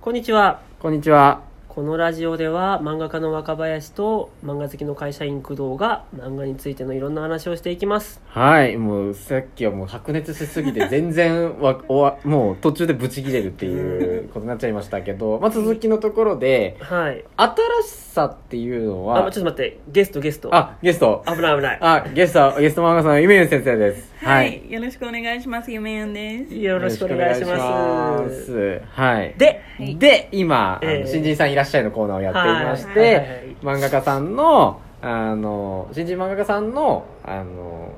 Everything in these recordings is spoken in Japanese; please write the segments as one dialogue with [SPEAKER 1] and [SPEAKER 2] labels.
[SPEAKER 1] こんにちは。
[SPEAKER 2] こんにちは。
[SPEAKER 1] このラジオでは漫画家の若林と漫画好きの会社員工藤が漫画についてのいろんな話をしていきます。
[SPEAKER 2] はい、もうさっきはもう白熱しす ぎて全然わおわもう途中でブチ切れるっていうことになっちゃいましたけど、まあ、続きのところで、
[SPEAKER 1] はい。
[SPEAKER 2] 新しさっていうの
[SPEAKER 1] あ、ちょ
[SPEAKER 2] は
[SPEAKER 1] っ、と待って。ゲストゲスト。
[SPEAKER 2] あ、ゲスト、
[SPEAKER 1] 危ない危ない。
[SPEAKER 2] あ、ゲスト、ゲスト漫画さん、ゆめゆ先生です。
[SPEAKER 3] はい、。よろしくお願いします。ゆめやんです。
[SPEAKER 1] よろしくお願いしま
[SPEAKER 2] よろしく
[SPEAKER 1] す。
[SPEAKER 2] お願いします。はい。
[SPEAKER 1] で、
[SPEAKER 3] はい
[SPEAKER 2] で、今、あの
[SPEAKER 1] えー
[SPEAKER 2] 新人さんいらっしゃいのコーナーをやっていまし
[SPEAKER 1] はいはいはいはい
[SPEAKER 2] て、漫画家さんの、あの、新人漫画家さんの、あの、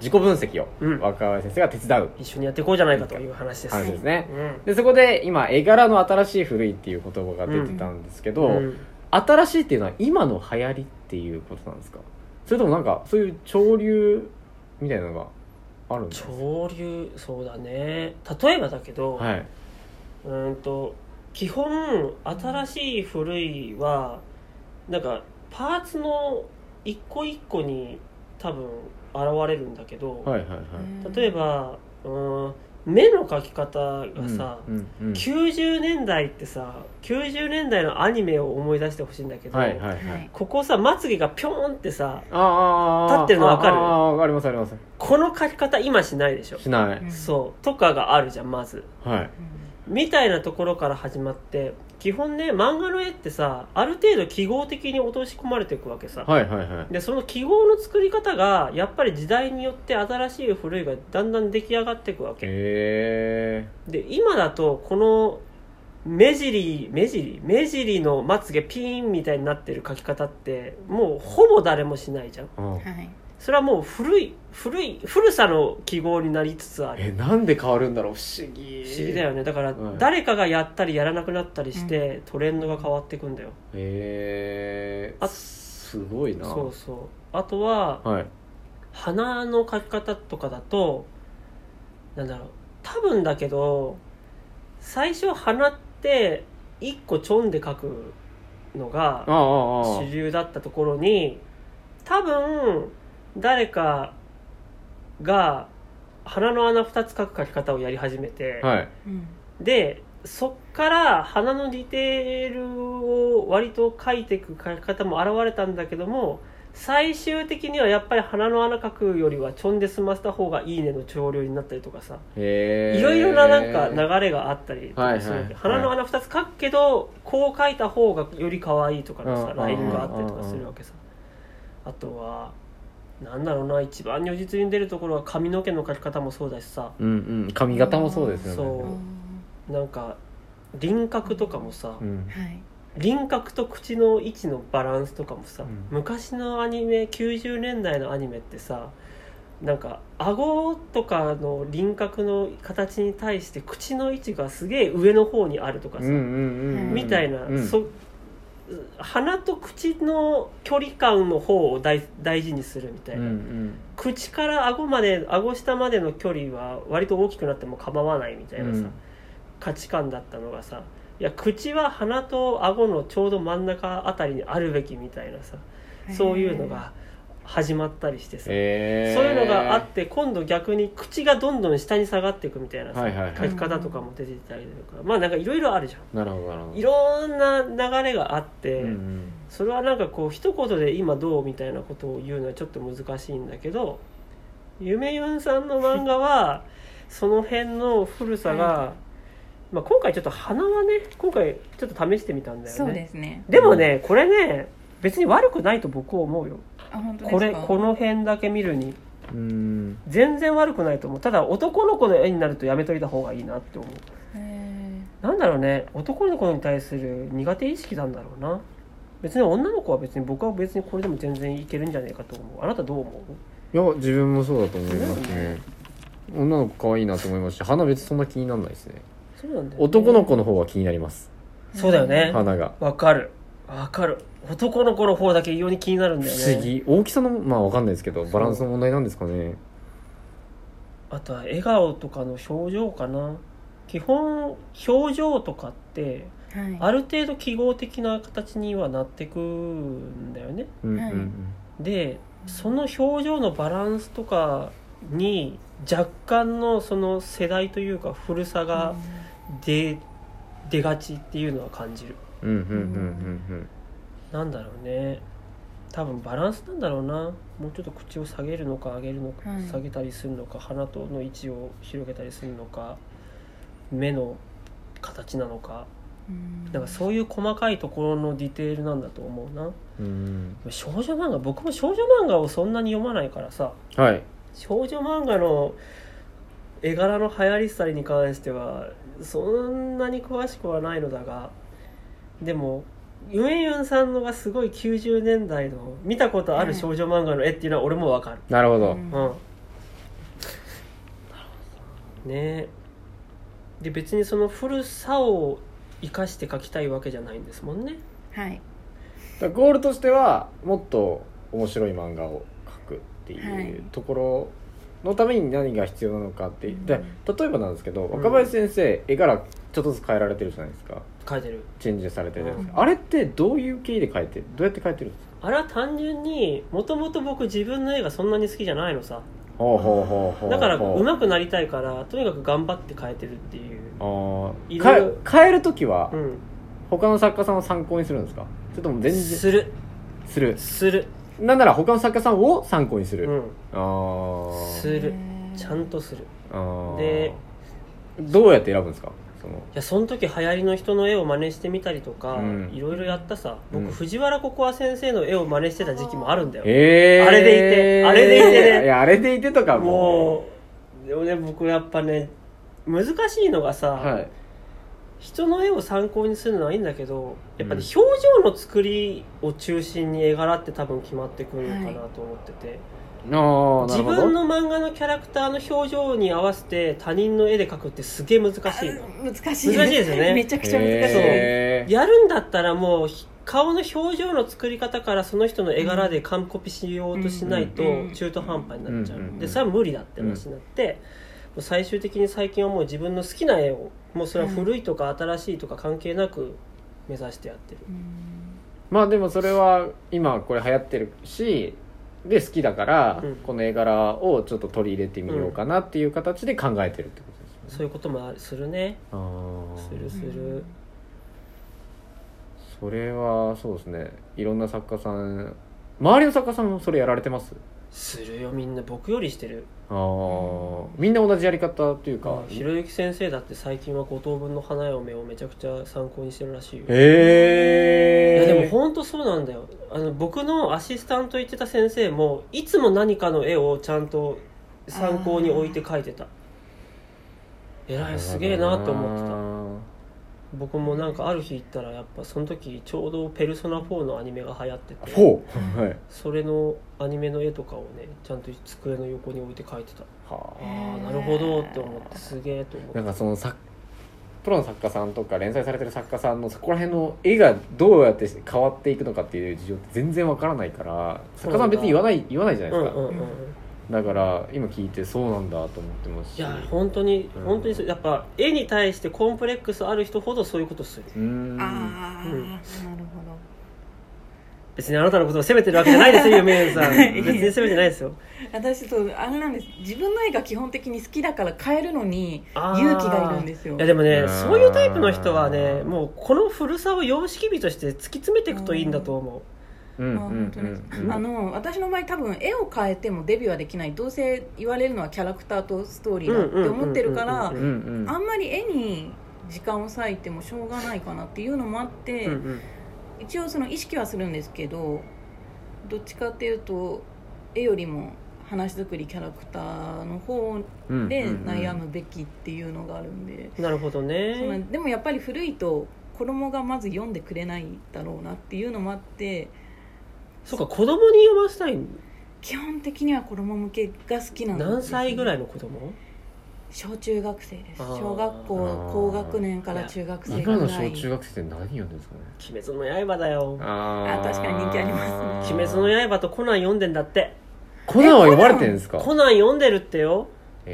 [SPEAKER 2] 自己分析を
[SPEAKER 1] うん
[SPEAKER 2] 若林先生が手伝う
[SPEAKER 1] 一緒にやっていこうじゃないかという話です。
[SPEAKER 2] 話ですね。
[SPEAKER 1] うん
[SPEAKER 2] で、そこで今、絵柄の新しい古いっていう言葉が出てたんですけど、
[SPEAKER 1] うん
[SPEAKER 2] 新しいっていうのは今の流行りっていうことなんですかそれともなんか、そういう潮流みたいなのがあるんですか
[SPEAKER 1] 潮流そうだね例えばだけど、
[SPEAKER 2] はい。
[SPEAKER 1] うーんと基本新しい古いはなんかパーツの一個一個に多分現れるんだけど、
[SPEAKER 2] はいはいはい。
[SPEAKER 1] 例えばうーん目の描き方がさ、
[SPEAKER 2] うんうんうん
[SPEAKER 1] 90年代ってさ90年代のアニメを思い出してほしいんだけど、
[SPEAKER 2] はいはいは。
[SPEAKER 3] はいい、
[SPEAKER 1] ここさまつげがピョーンってさ
[SPEAKER 2] ああ
[SPEAKER 1] 立ってるのわかる
[SPEAKER 2] ああわかりますあります
[SPEAKER 1] この描き方今しないでしょ、
[SPEAKER 2] しない、
[SPEAKER 3] うん
[SPEAKER 1] そうとかがあるじゃんまず
[SPEAKER 2] はい
[SPEAKER 1] みたいなところから始まって基本ね漫画の絵ってさある程度記号的に落とし込まれていくわけさ、
[SPEAKER 2] はいはいはい
[SPEAKER 1] でその記号の作り方がやっぱり時代によって新しい古いがだんだん出来上がっていくわけ
[SPEAKER 2] へ
[SPEAKER 1] で今だとこの目尻目尻目尻のまつげピーンみたいになってる描き方ってもうほぼ誰もしないじゃん
[SPEAKER 2] えうん
[SPEAKER 3] はい。
[SPEAKER 1] それはもう古い古い古さの記号になりつつある
[SPEAKER 2] えなんで変わるんだろう不思議
[SPEAKER 1] 不思議だよねだから
[SPEAKER 2] うん
[SPEAKER 1] 誰かがやったりやらなくなったりして、トレンドが変わっていくんだよ
[SPEAKER 2] へえ
[SPEAKER 1] あ
[SPEAKER 2] すごいな
[SPEAKER 1] そうそうあとは
[SPEAKER 2] はい
[SPEAKER 1] 鼻の描き方とかだとなんだろう多分だけど最初鼻って一個ちょんで描くの
[SPEAKER 2] あ
[SPEAKER 1] が
[SPEAKER 2] ああああ
[SPEAKER 1] 主流だったところに多分誰かが鼻の穴2つ描く描き方をやり始めて、
[SPEAKER 2] あはい
[SPEAKER 3] うん
[SPEAKER 1] でそっから鼻のディテールを割と描いていく描き方も現れたんだけども最終的にはやっぱり鼻の穴描くよりはちょんで済ませた方がいいねの潮流になったりとかさ
[SPEAKER 2] へえ
[SPEAKER 1] いろいろななんか流れがあったりとかするわけ
[SPEAKER 2] はいはい
[SPEAKER 1] 鼻の穴2つ描くけどこう描いた方がより可愛いとかのさ
[SPEAKER 2] うん
[SPEAKER 1] ラインがあったりとかするわけさあとはなんだろうな一番如実に出るところは髪の毛の描き方もそうだしさ
[SPEAKER 2] うんうん髪型もそうですよね
[SPEAKER 1] そうなんか輪郭とかもさ、
[SPEAKER 2] うん
[SPEAKER 3] はい。
[SPEAKER 1] 輪郭と口の位置のバランスとかもさ、
[SPEAKER 2] うん
[SPEAKER 1] 昔のアニメ90年代のアニメってさなんか顎とかの輪郭の形に対して口の位置がすげえ上の方にあるとかさ、
[SPEAKER 2] うんうんうん
[SPEAKER 1] みたいな、
[SPEAKER 2] うん
[SPEAKER 1] そ鼻と口の距離感の方を大大事にするみたい
[SPEAKER 2] うんう
[SPEAKER 1] な、
[SPEAKER 2] ん
[SPEAKER 1] 口から顎まで顎下までの距離は割と大きくなっても構わないみたいなさ、
[SPEAKER 2] うん
[SPEAKER 1] 価値観だったのがさいや口は鼻と顎のちょうど真ん中あたりにあるべきみたいなさそういうのが始まったりしてさ、
[SPEAKER 2] へえ
[SPEAKER 1] そういうのがあって今度逆に口がどんどん下に下がっていくみたいなさ、
[SPEAKER 2] はいはいは
[SPEAKER 1] 書
[SPEAKER 2] い
[SPEAKER 1] き方とかも出てきたりとかまあなんかいろいろあるじゃん
[SPEAKER 2] なるほどなるほど
[SPEAKER 1] いろんな流れがあって、
[SPEAKER 2] うんうん
[SPEAKER 1] それはなんかこう一言で今どうみたいなことを言うのはちょっと難しいんだけどゆめゆんさんの漫画は その辺の古さが、
[SPEAKER 3] は
[SPEAKER 1] まあ、今回ちょっと鼻はね今回ちょっと試してみたんだよね
[SPEAKER 3] そうですね。
[SPEAKER 1] でもねこれね別に悪くないと僕は思うよ
[SPEAKER 3] あ、本当です
[SPEAKER 1] こ
[SPEAKER 3] か。
[SPEAKER 1] れこの辺だけ見るに
[SPEAKER 2] うん
[SPEAKER 1] 全然悪くないと思うただ男の子の絵になるとやめといた方がいいなって思う
[SPEAKER 3] へー
[SPEAKER 1] なんだろうね男の子に対する苦手意識なんだろうな別に女の子は別に僕は別にこれでも全然いけるんじゃないかと思うあなたどう思
[SPEAKER 2] いや自分もそうだと思いますね女の子可愛いなと思いますし花別にそんな気にならないですね
[SPEAKER 1] うそうなんだよね、
[SPEAKER 2] 男の子の方は気になります
[SPEAKER 1] そうだよね
[SPEAKER 2] 花が
[SPEAKER 1] わかるわかる男の子の方だけ異様に気になるん
[SPEAKER 2] 不
[SPEAKER 1] だよね
[SPEAKER 2] 思議大きさのまあわかんないですけどバランスの問題なんですかね
[SPEAKER 1] あとは笑顔とかの表情かな基本表情とかって
[SPEAKER 3] はい。
[SPEAKER 1] ある程度記号的な形にはなってくんだよね
[SPEAKER 2] うんう
[SPEAKER 3] はい
[SPEAKER 2] ん
[SPEAKER 1] でその表情のバランスとかに若干のその世代というか古さが
[SPEAKER 3] うん
[SPEAKER 1] 出出がちっていうのは感じる
[SPEAKER 2] うんうんうん
[SPEAKER 1] なんだろうね多分バランスなんだろうなもうちょっと口を下げるのか上げるのか、
[SPEAKER 3] はい
[SPEAKER 1] 下げたりするのか鼻との位置を広げたりするのか目の形なのかなんかそういう細かいところのディテールなんだと思うな
[SPEAKER 2] うんうんうん
[SPEAKER 1] 少女漫画僕も少女漫画をそんなに読まないからさ
[SPEAKER 2] はい
[SPEAKER 1] 少女漫画の絵柄の流行り廃りに関してはそんなに詳しくはないのだがでもユエユンさんのがすごい90年代の見たことある少女漫画の絵っていうのは俺もわかる
[SPEAKER 2] なるほど、
[SPEAKER 1] うんねえで別にその古さを生かして描きたいわけじゃないんですもんね
[SPEAKER 3] はい
[SPEAKER 2] だからゴールとしてはもっと面白い漫画を描くって
[SPEAKER 3] は
[SPEAKER 2] いう
[SPEAKER 3] い
[SPEAKER 2] ところのために何が必要なのかって、
[SPEAKER 3] うん
[SPEAKER 2] で例えばなんですけど
[SPEAKER 1] ん
[SPEAKER 2] 若林先生、絵柄ちょっとずつ変えられてるじゃないですか
[SPEAKER 1] 描いてる
[SPEAKER 2] チェンジされてるじゃないですか、
[SPEAKER 3] う
[SPEAKER 2] あ
[SPEAKER 3] ん
[SPEAKER 2] れってどういう経緯で描いてどうやって描いてるんですか
[SPEAKER 1] あれは単純にもともと僕自分の絵がそんなに好きじゃないのさ
[SPEAKER 2] ほうほうほうほう
[SPEAKER 1] だから
[SPEAKER 2] ほう
[SPEAKER 1] 上手くなりたいからとにかく頑張って変えてるっていう、
[SPEAKER 2] あ
[SPEAKER 1] い
[SPEAKER 2] ー
[SPEAKER 1] ろいろ
[SPEAKER 2] か変える時は
[SPEAKER 1] うん、
[SPEAKER 2] 他の作家さんを参考にするんですかそれとも全然
[SPEAKER 1] する
[SPEAKER 2] する
[SPEAKER 1] する、
[SPEAKER 2] なんなら他の作家さんを参考にする、
[SPEAKER 1] うん、
[SPEAKER 2] あー
[SPEAKER 1] する
[SPEAKER 3] へー
[SPEAKER 1] ちゃんとする
[SPEAKER 2] あー
[SPEAKER 1] で
[SPEAKER 2] どうやって選ぶんですかそ
[SPEAKER 1] い
[SPEAKER 2] の
[SPEAKER 1] やその時流行りの人の絵を真似してみたりとか、
[SPEAKER 2] うん
[SPEAKER 1] いろいろやったさ僕、
[SPEAKER 2] うん
[SPEAKER 1] 藤原ココア先生の絵を真似してた時期もあるんだよ
[SPEAKER 2] えー、
[SPEAKER 1] あれでいてあれでいてね
[SPEAKER 2] やいやあれでいてとか
[SPEAKER 1] も
[SPEAKER 2] も
[SPEAKER 1] うでもね僕やっぱね難しいのがさ、
[SPEAKER 2] はい
[SPEAKER 1] 人の絵を参考にするのはいいんだけどやっぱり、
[SPEAKER 2] うん
[SPEAKER 1] 表情の作りを中心に絵柄って多分決まってくるのかなと思ってて、
[SPEAKER 2] あーな
[SPEAKER 1] 自
[SPEAKER 2] るほど
[SPEAKER 1] 分の漫画のキャラクターの表情に合わせて他人の絵で描くってすげえ難しい
[SPEAKER 3] あ
[SPEAKER 1] の
[SPEAKER 3] 難しい
[SPEAKER 1] 難しいですよね
[SPEAKER 3] めちゃくちゃ難しい、
[SPEAKER 2] へー
[SPEAKER 1] やるんだったらもうひ顔の表情の作り方からその人の絵柄で完コピしようとしないと
[SPEAKER 3] うん
[SPEAKER 1] 中途半端になっちゃう、
[SPEAKER 2] うん
[SPEAKER 1] でそれは無理だって話になって、もう最終的に最近はもう自分の好きな絵をもうそれは古いとか新しいとか関係なく目指してやってる
[SPEAKER 3] うん
[SPEAKER 2] まあでもそれは今これ流行ってるしで好きだから、
[SPEAKER 1] うん
[SPEAKER 2] この絵柄をちょっと取り入れてみようかなっていう形で考えてるってことですよね、
[SPEAKER 1] そういうこともあるするね
[SPEAKER 2] あー
[SPEAKER 1] するする
[SPEAKER 2] それはそうですねいろんな作家さん周りの作家さんもそれやられてます
[SPEAKER 1] するよみんな僕よりしてる
[SPEAKER 2] ああみんな同じやり方というか、
[SPEAKER 1] ひろゆき先生だって最近は五等分の花嫁をめちゃくちゃ参考にしてるらしいよい
[SPEAKER 2] え
[SPEAKER 1] や
[SPEAKER 2] え
[SPEAKER 1] でも本当そうなんだよあの僕のアシスタント行ってた先生もいつも何かの絵をちゃんと参考に置いて描いてた偉いすげえなと思ってた僕もなんかある日行ったらやっぱその時ちょうど「ペルソナ4」のアニメが流行ってて
[SPEAKER 2] ほうはい
[SPEAKER 1] それのアニメの絵とかをねちゃんと机の横に置いて描いてた
[SPEAKER 2] はあ
[SPEAKER 1] ああなるほどって思ってすげえと思って
[SPEAKER 2] なんかそのさプロの作家さんとか連載されてる作家さんのそこら辺の絵がどうやって変わっていくのかっていう事情って全然わからないから作家さん別に言わない言わないじゃな
[SPEAKER 1] う
[SPEAKER 2] い
[SPEAKER 1] ん
[SPEAKER 2] で
[SPEAKER 1] う
[SPEAKER 2] すか、
[SPEAKER 1] んうん
[SPEAKER 2] だから今聞いてそうなんだと思ってますし
[SPEAKER 1] いや本当に
[SPEAKER 2] うん
[SPEAKER 1] 本当にそうやっぱ絵に対してコンプレックスある人ほどそういうことする
[SPEAKER 2] うーん
[SPEAKER 3] ああ、
[SPEAKER 1] うん
[SPEAKER 3] なるほど
[SPEAKER 1] 別にあなたのことを責めてるわけじゃないですよゆめゆんさん別に責めてないですよ
[SPEAKER 3] 私そうあれなんです自分の絵が基本的に好きだから変えるのに
[SPEAKER 1] あー
[SPEAKER 3] 勇気がいるんですよ
[SPEAKER 1] いやでもね
[SPEAKER 2] あー
[SPEAKER 1] そういうタイプの人はねもうこの古さを様式美として突き詰めていくといいんだと思
[SPEAKER 2] うん
[SPEAKER 3] あ
[SPEAKER 2] うん
[SPEAKER 3] 本当です
[SPEAKER 2] うんうん
[SPEAKER 3] あの私の場合多分絵を変えてもデビューはできないどうせ言われるのはキャラクターとストーリーだって思ってるか
[SPEAKER 1] うんうんうんうんうん
[SPEAKER 2] うんう
[SPEAKER 3] ら
[SPEAKER 2] ん
[SPEAKER 3] あんまり絵に時間を割いてもしょうがないかなっていうのもあっ
[SPEAKER 1] う、
[SPEAKER 3] て、
[SPEAKER 1] うんうん
[SPEAKER 3] 一応その意識はするんですけどどっちかっていうと絵よりも話作りキャラクターの方
[SPEAKER 2] うん
[SPEAKER 3] で悩むべきっていうのがあるんで、
[SPEAKER 1] なるほど
[SPEAKER 3] そうなん
[SPEAKER 1] ね
[SPEAKER 3] でもやっぱり古いと子供がまず読んでくれないだろうなっていうのもあって
[SPEAKER 1] そうか子供に読ませたい
[SPEAKER 3] 基本的には子供向けが好きなんです、
[SPEAKER 1] 何歳ぐらいの子供
[SPEAKER 3] 小中学生です
[SPEAKER 1] あー
[SPEAKER 3] 小学校
[SPEAKER 2] あー
[SPEAKER 3] 高学年から中学生ぐら
[SPEAKER 2] 今
[SPEAKER 3] い
[SPEAKER 2] の小中学生って何読んでるんですかね
[SPEAKER 1] 鬼滅の刃だよ
[SPEAKER 2] あ
[SPEAKER 3] あ確かに人気あります
[SPEAKER 1] 鬼滅の刃とコナン読んでんだって
[SPEAKER 2] コナンは読まれてるんですか
[SPEAKER 1] コナン読んでるってよ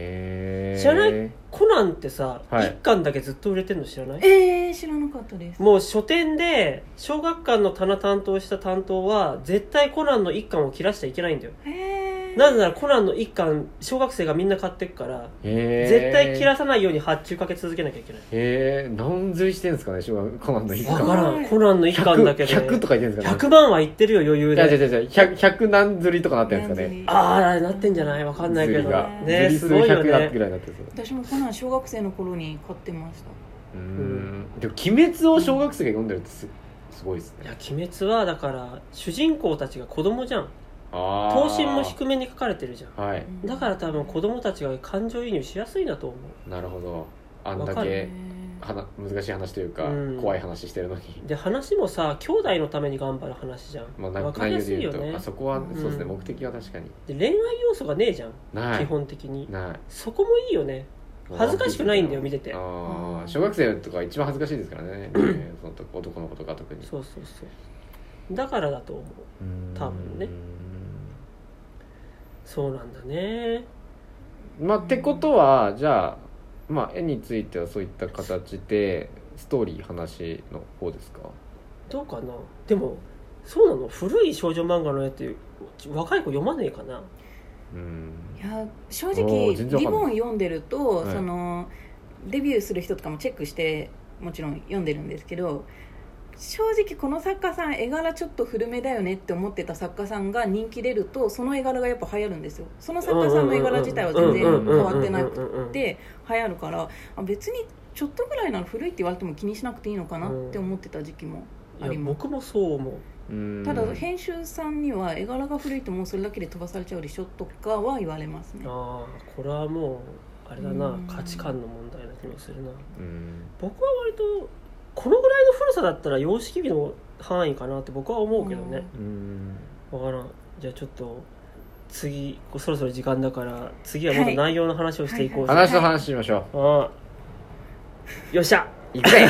[SPEAKER 2] えー、
[SPEAKER 1] 知らないコナンってさ、一
[SPEAKER 2] はい
[SPEAKER 1] 1巻だけずっと売れてるの知らない
[SPEAKER 3] えー、知らなかったです
[SPEAKER 1] もう書店で小学館の棚担当した担当は絶対コナンの一巻を切らしちゃいけないんだよ
[SPEAKER 3] へえ
[SPEAKER 1] なぜならコナンの一巻小学生がみんな買ってくから
[SPEAKER 2] へえ
[SPEAKER 1] 絶対切らさないように発注かけ続けなきゃいけない
[SPEAKER 2] へえ何ずりしてんですかね小学コナンの一
[SPEAKER 1] わ
[SPEAKER 2] 巻
[SPEAKER 1] か
[SPEAKER 3] わ
[SPEAKER 1] らんコナンの一巻だけで
[SPEAKER 2] 100, とか言ってんですかね
[SPEAKER 1] 100万はいってるよ余裕
[SPEAKER 2] いや違う
[SPEAKER 1] で
[SPEAKER 2] 違う違う 100, 100何ずりとかなってるんですかね
[SPEAKER 1] ああなってんじゃないわかんないけ
[SPEAKER 2] ず
[SPEAKER 1] ど
[SPEAKER 2] りが
[SPEAKER 1] ね
[SPEAKER 2] ずり
[SPEAKER 1] す
[SPEAKER 2] 数
[SPEAKER 1] ごいよ
[SPEAKER 2] 100だぐ
[SPEAKER 1] ね
[SPEAKER 2] らいになってるんですよ
[SPEAKER 3] 私もコナン小学生の頃に買ってました
[SPEAKER 2] うーんでも「鬼滅」を小学生が読んでるってすすごいです
[SPEAKER 1] いや
[SPEAKER 2] ね
[SPEAKER 1] 「鬼滅」はだから主人公たちが子供じゃん
[SPEAKER 2] あ
[SPEAKER 1] 頭身も
[SPEAKER 2] く
[SPEAKER 1] 低めに書かれてるじゃん
[SPEAKER 2] はい
[SPEAKER 1] だから多分子供たちが感情移入しやすいんだと思
[SPEAKER 2] なるほどあんだ
[SPEAKER 1] わか
[SPEAKER 2] け
[SPEAKER 1] る
[SPEAKER 2] はな難しい話というか、
[SPEAKER 1] うん
[SPEAKER 2] 怖い話してるのに
[SPEAKER 1] うで話もさ兄弟のために頑張る話じゃん、
[SPEAKER 2] まあ、な
[SPEAKER 1] 分かりやすいよね
[SPEAKER 2] あそこは、
[SPEAKER 3] うん
[SPEAKER 2] そうですね目的は確かに
[SPEAKER 1] で恋愛要素がねえじゃん、
[SPEAKER 2] ない
[SPEAKER 1] 基本的に
[SPEAKER 2] ない
[SPEAKER 1] そこもいいよね恥ずかしくないんだよ見てて
[SPEAKER 2] あー
[SPEAKER 3] うん
[SPEAKER 2] 小学生とか一番恥ずかしいですからねねそのと男の子とか特に
[SPEAKER 1] そうそうそうだからだと思う多分ねそうなんだね
[SPEAKER 2] まあってことはじゃあまあ絵についてはそういった形でストーリー話の方ですか
[SPEAKER 1] どうかなでもそうなの古い少女漫画の絵って若い子読まねえかな
[SPEAKER 2] うん
[SPEAKER 3] いや正
[SPEAKER 2] おー
[SPEAKER 3] 直
[SPEAKER 2] 全然わかんない
[SPEAKER 3] リボン読んでると、
[SPEAKER 2] はい
[SPEAKER 3] そのデビューする人とかもチェックしてもちろん読んでるんですけど正直この作家さん絵柄ちょっと古めだよねって思ってた作家さんが人気出るとその絵柄がやっぱ流行るんですよその作家さんの絵柄自体は全然変わってなく
[SPEAKER 1] く
[SPEAKER 3] て流行るからあ別にちょっとぐらいなら古いって言われても気にしなくていいのかなって思ってた時期もあります
[SPEAKER 1] 僕もそう思う
[SPEAKER 2] うん
[SPEAKER 3] ただ編集さんには絵柄が古いともうそれだけで飛ばされちゃうでしょとかは言われますね
[SPEAKER 1] ああこれはもうあれだな
[SPEAKER 3] うん
[SPEAKER 1] 価値観の問題な気もするな
[SPEAKER 2] うん
[SPEAKER 1] 僕は割とこのぐらいの古さだったら様式美の範囲かなって僕は思うけどね、
[SPEAKER 2] うん
[SPEAKER 1] わからんじゃあちょっと次こうそろそろ時間だから次はもっと内容の話をしていこうぜ、
[SPEAKER 3] はい
[SPEAKER 2] 話と話しましょ
[SPEAKER 1] ああよっしゃ
[SPEAKER 2] ういくぜ